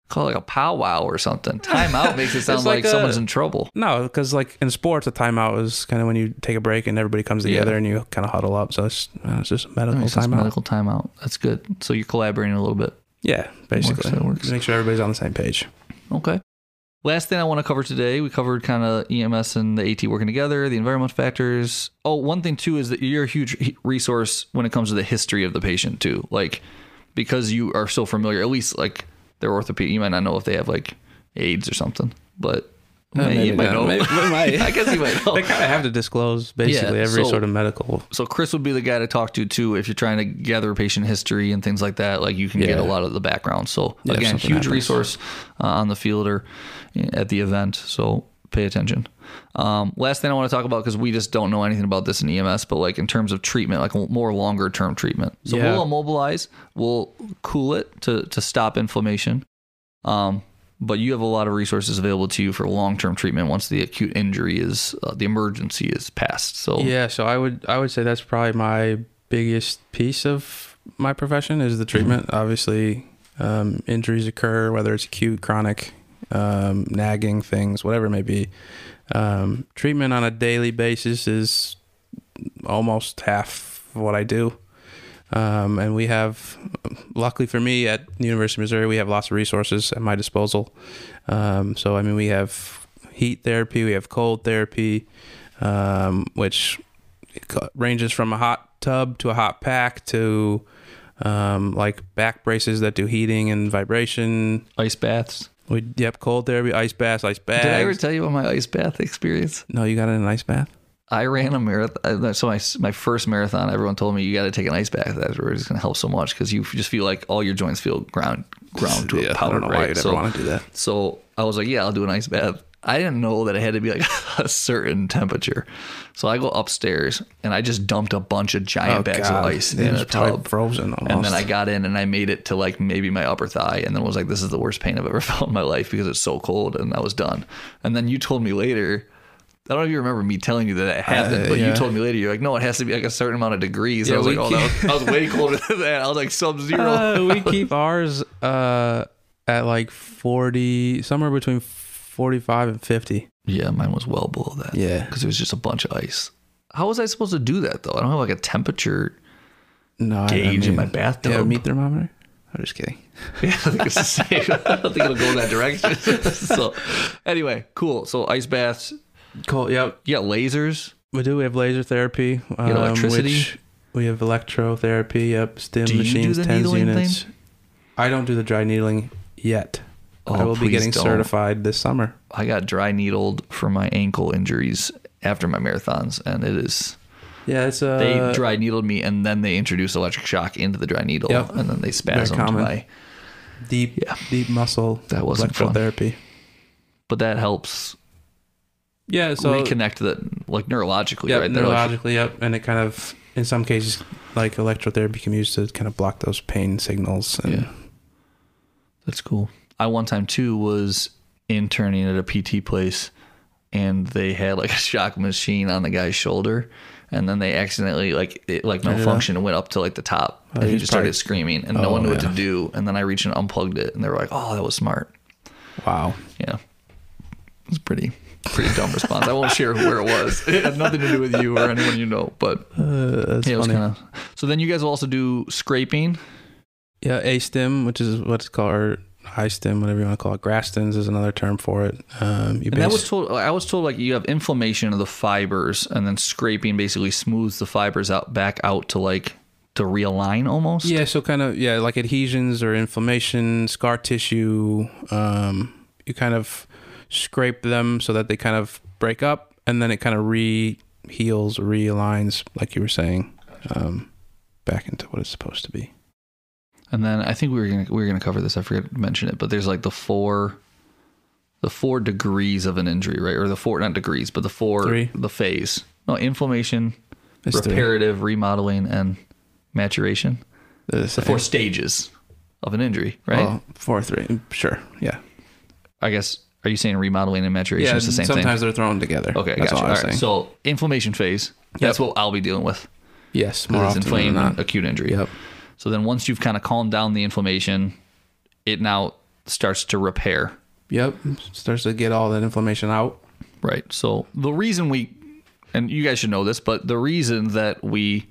S2: call it like a powwow or something. Timeout makes it sound
S3: It's
S2: like,
S3: like a-
S2: someone's in trouble.
S3: No, because like in sports, a timeout is kind of when you take a break and everybody comes
S2: Yeah.
S3: together and you kind of huddle up. So it's, uh, it's just a
S2: That
S3: medical
S2: makes sense.
S3: timeout.
S2: Medical timeout. That's good. So you're collaborating a little bit.
S3: Yeah, basically.
S2: that works.
S3: Make sure everybody's on the same page.
S2: Okay. Last thing I want to cover today, we covered kind of EMS and the AT working together, the environment factors. Oh, one thing too is that you're a huge he- resource when it comes to the history of the patient too. Like because you are so familiar, at least like their orthopedic, you might not know if they have like AIDS or something, but yeah, you might know. I guess you might know.
S3: they kind of have to disclose basically
S2: Yeah,
S3: every
S2: so-
S3: sort of medical.
S2: so Chris would be the guy to talk to too if you're trying to gather patient history and things like that. Like you can get a
S3: Yeah.
S2: lot of the background. So
S3: Yeah, if
S2: again,
S3: something
S2: huge
S3: happens.
S2: resource uh, on the field or eh, at the event. So pay attention. Um, last thing I want to talk about because we just don't know anything about this in EMS, but like in terms of treatment, like more longer term treatment. So
S3: Yeah.
S2: we'll immobilize, we'll cool it to to stop inflammation. Um, but you have a lot of resources available to you for long term treatment once the acute injury is uh, the emergency is passed. So
S3: Yeah, so I would I would say that's probably my biggest piece of my profession is the treatment. Obviously, um, injuries occur whether it's acute, chronic, um, nagging things, whatever it may be. Um, treatment on a daily basis is almost half of what I do. Um, and we have, luckily for me, at the University of Missouri, we have lots of resources at my disposal. Um, so, I mean, we have heat therapy, we have cold therapy, um, which co- ranges from a hot tub to a hot pack to um, like back braces that do heating and vibration.
S2: ice baths.
S3: We yep, cold therapy, ice baths, ice bags.
S2: Did I ever tell you about my ice bath experience?
S3: no, you got in an ice bath.
S2: I ran a marathon. So my my first marathon, everyone told me you got to take an ice bath afterwards. It's gonna help so much because you just feel like all your joints feel ground ground to a
S3: Yeah, I
S2: Oh, powder.
S3: don't know
S2: right?
S3: why you'd
S2: so,
S3: ever want to do that.
S2: so I was like, yeah, I'll do an ice bath. I didn't know that it had to be like a certain temperature. So I go upstairs and I just dumped a bunch of giant
S3: Oh,
S2: bags of ice
S3: It
S2: in
S3: was
S2: a
S3: probably
S2: tub.
S3: frozen. Almost.
S2: And then I got in and I made it to like maybe my upper thigh and then was like, this is the worst pain I've ever felt in my life because it's so cold and I was done. And then you told me later, I don't know if you remember me telling you that it happened,
S3: Uh,
S2: but you
S3: yeah.
S2: told me later, you're like, no, it has to be like a certain amount of degrees.
S3: Yeah,
S2: I was
S3: we
S2: like, oh, that was, I was way colder than that. I was like sub zero.
S3: Uh, we keep ours uh, at like forty, somewhere between forty-five and fifty.
S2: yeah, mine was well below that.
S3: Yeah.
S2: Because it was just a bunch of ice. How was I supposed to do that though? I don't have like a temperature.
S3: No, I, I
S2: Gauge in my
S3: mean,
S2: bathtub.
S3: Do you have a meat thermometer? I'm just kidding.
S2: Yeah, I think it's the same. I don't think it'll go in that direction. so, anyway, cool. So, ice baths.
S3: Cool. Yep.
S2: You got lasers.
S3: We do. We have laser therapy. Um,
S2: electricity?
S3: which we have electrotherapy. Yep. Stim
S2: Do you do
S3: machines,
S2: the
S3: tens
S2: needling
S3: units. I don't do the dry needling yet.
S2: Oh,
S3: I will be
S2: please
S3: getting
S2: don't.
S3: certified this summer.
S2: I got dry needled for my ankle injuries after my marathons, and it is
S3: Yeah, it's uh,
S2: they dry needled me, and then they introduced electric shock into the dry needle,
S3: Yep.
S2: and then they spasmed
S3: common.
S2: my.
S3: deep,
S2: Yeah.
S3: deep muscle
S2: That wasn't fun.
S3: electrotherapy.
S2: But that helps
S3: Yeah, so
S2: reconnect the like neurologically,
S3: yep,
S2: right? They're like-
S3: neurologically, yep, and it kind of, in some cases, like electrotherapy can be used to kind of block those pain signals. And
S2: Yeah. That's cool. I one time too was interning at a PT place and they had like a shock machine on the guy's shoulder and then they accidentally like it like malfunctioned and went up to like the top and he
S3: Oh, he's
S2: just
S3: probably- Oh,
S2: started screaming and no one knew what to do and then I reached and unplugged it and they were like, "Oh, that was smart."
S3: Wow,
S2: Yeah. It was pretty pretty dumb response. I won't share where it was. It had nothing to do with you or anyone you know, but
S3: Uh, that's
S2: yeah, it was
S3: funny.
S2: kind of. So then you guys will also do scraping.
S3: Yeah, A stem, which is what it's called, or high stem, whatever you want to call it. Grastens is another term for it. Um, you
S2: And that
S3: bas-
S2: was told. I was told like you have inflammation of the fibers, and then scraping basically smooths the fibers out back out to like to realign almost.
S3: yeah, so kind of yeah, like adhesions or inflammation, scar tissue. Um, you kind of scrape them so that they kind of break up, and then it kind of re heals, realigns, like you were saying, um, back into what it's supposed to be.
S2: And then I think we were gonna we were gonna cover this. I forgot to mention it, but there's like the four, the four degrees of an injury, right? Or the four not degrees, but the four
S3: Three.
S2: the phase. No inflammation,
S3: It's three.
S2: reparative, remodeling, and maturation.
S3: They're the
S2: It's the
S3: same.
S2: four stages of an injury, right?
S3: Well, four, three. mm, Sure. Yeah.
S2: I guess. Are you saying remodeling and maturation is the same thing?
S3: sometimes they're thrown together.
S2: Okay,
S3: that's
S2: gotcha.
S3: all I
S2: All
S3: was
S2: right,
S3: saying.
S2: so inflammation phase. That's what I'll be dealing with.
S3: yes, more
S2: More it's
S3: often than
S2: inflamed
S3: not.
S2: acute injury.
S3: Yep.
S2: So then once you've kind of calmed down the inflammation, it now starts to repair.
S3: Yep. Starts to get all that inflammation out.
S2: Right. So the reason we and you guys should know this, but the reason that we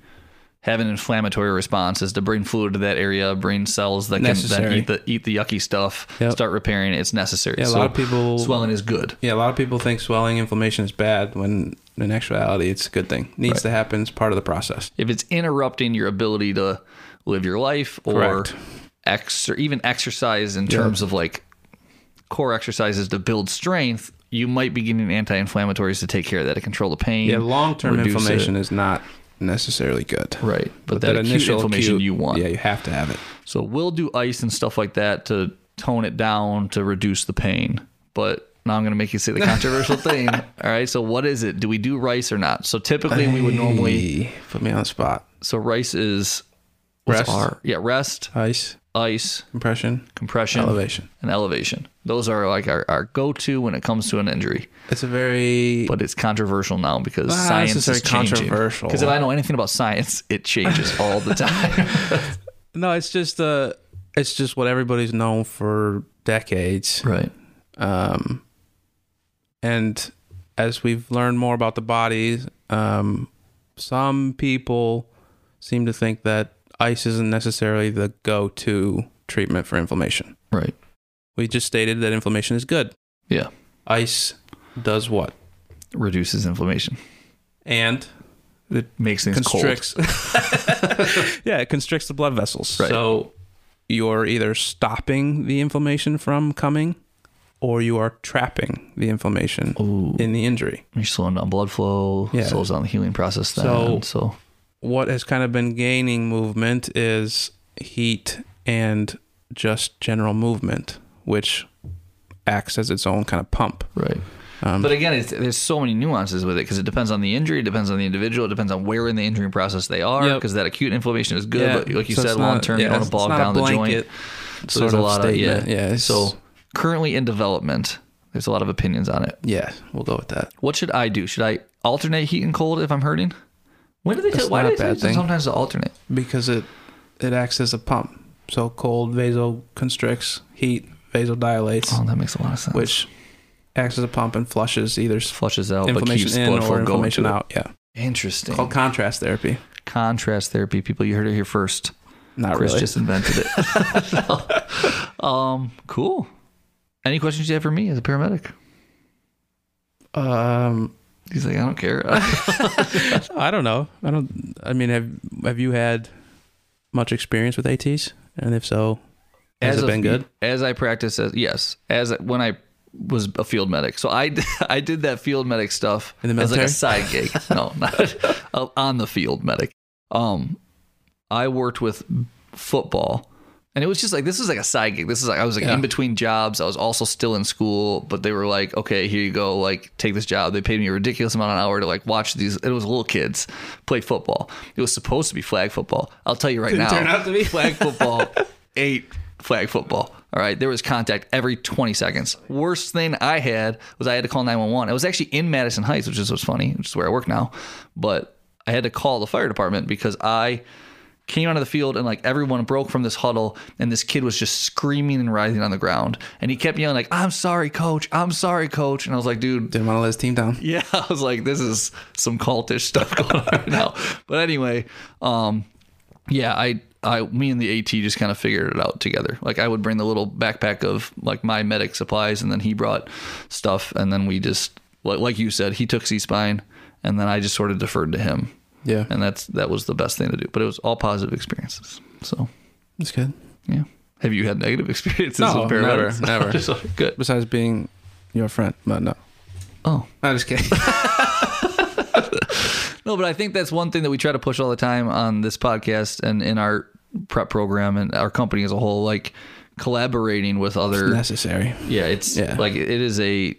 S2: have an inflammatory response is to bring fluid to that area, bring cells that can then
S3: Necessary.
S2: eat the eat the yucky stuff,
S3: Yep.
S2: start repairing it. It's necessary.
S3: Yeah, a
S2: so
S3: lot of people-
S2: swelling is good.
S3: Yeah, a lot of people think swelling inflammation is bad when in actuality it's a good thing. Needs to happen, it's part of the process.
S2: if it's interrupting your ability to live your life or
S3: Correct.
S2: ex or even exercise in terms of like core exercises to build strength, you might be getting anti-inflammatories to take care of that to control the pain.
S3: Yeah, long term
S2: reduce
S3: inflammation
S2: it.
S3: is not necessarily good.
S2: Right, but, that, acute inflammation
S3: acute-
S2: you want.
S3: Yeah, you have to have it.
S2: So we'll do ice and stuff like that to tone it down to reduce the pain. But now I'm going to make you say the controversial thing. All right, so what is it? Do we do rice or not? So typically we would normally
S3: Hey, put me on the spot.
S2: so rice is what's
S3: Rest.
S2: R? Yeah, rest,
S3: Ice,
S2: ice,
S3: compression,
S2: compression,
S3: elevation.
S2: and elevation. Those are like our, our go to when it comes to an injury.
S3: It's a very
S2: But it's controversial now because
S3: Ah,
S2: science
S3: this
S2: is,
S3: is very
S2: controversial.
S3: controversial.
S2: Because if I know anything about science, it changes all the time.
S3: no. It's just uh, it's just what everybody's known for decades.
S2: right.
S3: Um, and as we've learned more about the body, um, some people seem to think that ice isn't necessarily the go to treatment for inflammation.
S2: Right.
S3: We just stated that inflammation is good.
S2: Yeah.
S3: Ice does what?
S2: Reduces inflammation.
S3: And
S2: It makes things cold.
S3: constricts. yeah, it constricts the blood vessels.
S2: Right.
S3: So you're either stopping the inflammation from coming or you are trapping the inflammation
S2: Ooh.
S3: in the injury.
S2: You're slowing down blood flow,
S3: Yeah.
S2: slows down the healing process then. So,
S3: So- what has kind of been gaining movement is heat and just general movement, which acts as its own kind of pump.
S2: right.
S3: Um,
S2: But again, it's, there's so many nuances with it because it depends on the injury, it depends on the individual, it depends on where in the injury process they are.
S3: Yep.
S2: Because that acute inflammation is good,
S3: yeah,
S2: but like you
S3: so it's
S2: said,
S3: not-
S2: long term,
S3: yeah,
S2: you don't want
S3: it's-
S2: to bog
S3: it's not a
S2: down the joint.
S3: blanket
S2: So
S3: sort
S2: there's a
S3: of
S2: lot
S3: statement.
S2: of yeah.
S3: it's-
S2: so currently in development, there's a lot of opinions on it.
S3: yeah, we'll go with that.
S2: What should I do? Should I alternate heat and cold if I'm hurting? When do they
S3: That's
S2: tell? Why
S3: not
S2: do they
S3: a
S2: tell
S3: bad
S2: you to
S3: thing.
S2: sometimes to alternate?
S3: Because it it acts as a pump. So cold vasoconstricts, heat vasodilates,
S2: Oh, that makes a lot of sense.
S3: which acts as a pump and flushes either s-
S2: flushes out but keeps
S3: inflammation in
S2: blood flow
S3: or
S2: going
S3: inflammation
S2: to it.
S3: out. Yeah,
S2: Interesting.
S3: called contrast therapy.
S2: Contrast therapy, people. You heard it here first.
S3: Not
S2: Chris
S3: really.
S2: just invented it. um, cool. Any questions you have for me as a paramedic?
S3: um,
S2: He's like, I don't care.
S3: I don't know. I don't. I mean, have have you had much experience with ATs? And if so, has it
S2: a
S3: been
S2: fe-
S3: good?
S2: As I practice, as yes, as when I was a field medic, so I d- I did that field medic stuff
S3: In the
S2: as like
S3: military?
S2: a side gig. no, not uh, on the field medic. Um, I worked with football, and it was just like this was like a side gig. This is like I was like
S3: Yeah.
S2: in between jobs. I was also still in school, but they were like, okay, here you go, like take this job. They paid me a ridiculous amount an hour to like watch these. It was little kids play football. It was supposed to be flag football. I'll tell you right now,
S3: turn out to be.
S2: flag football eight flag football. All right, there was contact every 20 seconds. Worst thing I had was I had to call 911. I was actually in Madison Heights, which is what's funny, which is where I work now, but I had to call the fire department because I came onto the field and like everyone broke from this huddle and this kid was just screaming and writhing on the ground and he kept yelling like i'm sorry coach i'm sorry coach and i was like dude
S3: Didn't want to let his team down.
S2: yeah i was like this is some cultish stuff going on right now but anyway um yeah i i me and the at just kind of figured it out together like i would bring the little backpack of like my medic supplies and then he brought stuff and then we just like, like you said he took c-spine and then i just sort of deferred to him
S3: Yeah,
S2: and that's that was the best thing to do but it was all positive experiences so
S3: it's good.
S2: yeah have you had negative experiences
S3: No,
S2: with paramedics?
S3: never, never.
S2: Just like, good
S3: Besides being your friend, but no,
S2: oh
S3: I'm just kidding.
S2: No, but I think that's one thing that we try to push all the time on this podcast and in our prep program and our company as a whole, like collaborating with other.
S3: Necessary.
S2: yeah, it's
S3: Yeah.
S2: like it is a.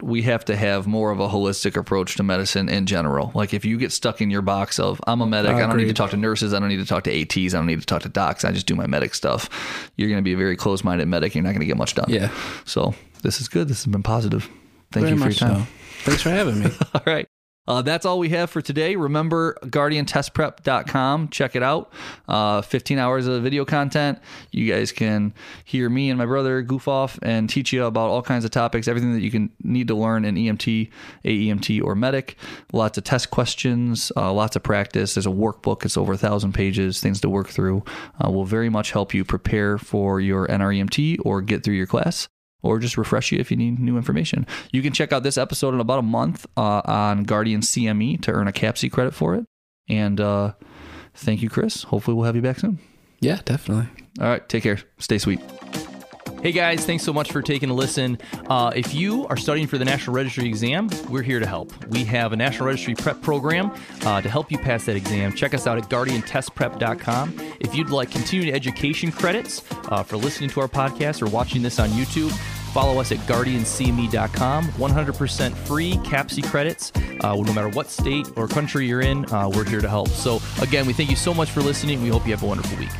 S2: We have to have more of a holistic approach to medicine in general. Like if you get stuck in your box of I'm a medic, I don't need to
S3: Agreed.
S2: talk to nurses, I don't need to talk to ATs, I don't need to talk to docs, I just do my medic stuff. You're going to be a very closed-minded medic. You're not going to get much done.
S3: Yeah.
S2: So this is good. This has been positive. Thank
S3: Very
S2: you for your
S3: much
S2: time.
S3: so. Thanks for having me.
S2: All right. Uh, that's all we have for today. Remember guardiantestprep.com. Check it out. Uh, 15 hours of video content. You guys can hear me and my brother goof off and teach you about all kinds of topics, everything that you can need to learn in E EMT, AEMT, E or medic. Lots of test questions, uh, lots of practice. There's a workbook. It's over a thousand pages, things to work through. Uh, will very much help you prepare for your NREMT or get through your class or just refresh you if you need new information. You can check out this episode in about a month uh, on Guardian CME to earn a CAPSI credit for it. And uh, thank you, Chris. Hopefully, we'll have you back soon.
S3: yeah, definitely.
S2: All right, take care. Stay sweet.
S1: Hey guys, thanks so much for taking a listen. Uh, if you are studying for the National Registry exam, we're here to help. We have a National Registry prep program uh, to help you pass that exam. Check us out at guardiantestprep.com. If you'd like continuing education credits uh, for listening to our podcast or watching this on YouTube, follow us at guardiancme.com. 100% free CAPSI credits. Uh, no matter what state or country you're in, uh, we're here to help. So, again, we thank you so much for listening. We hope you have a wonderful week.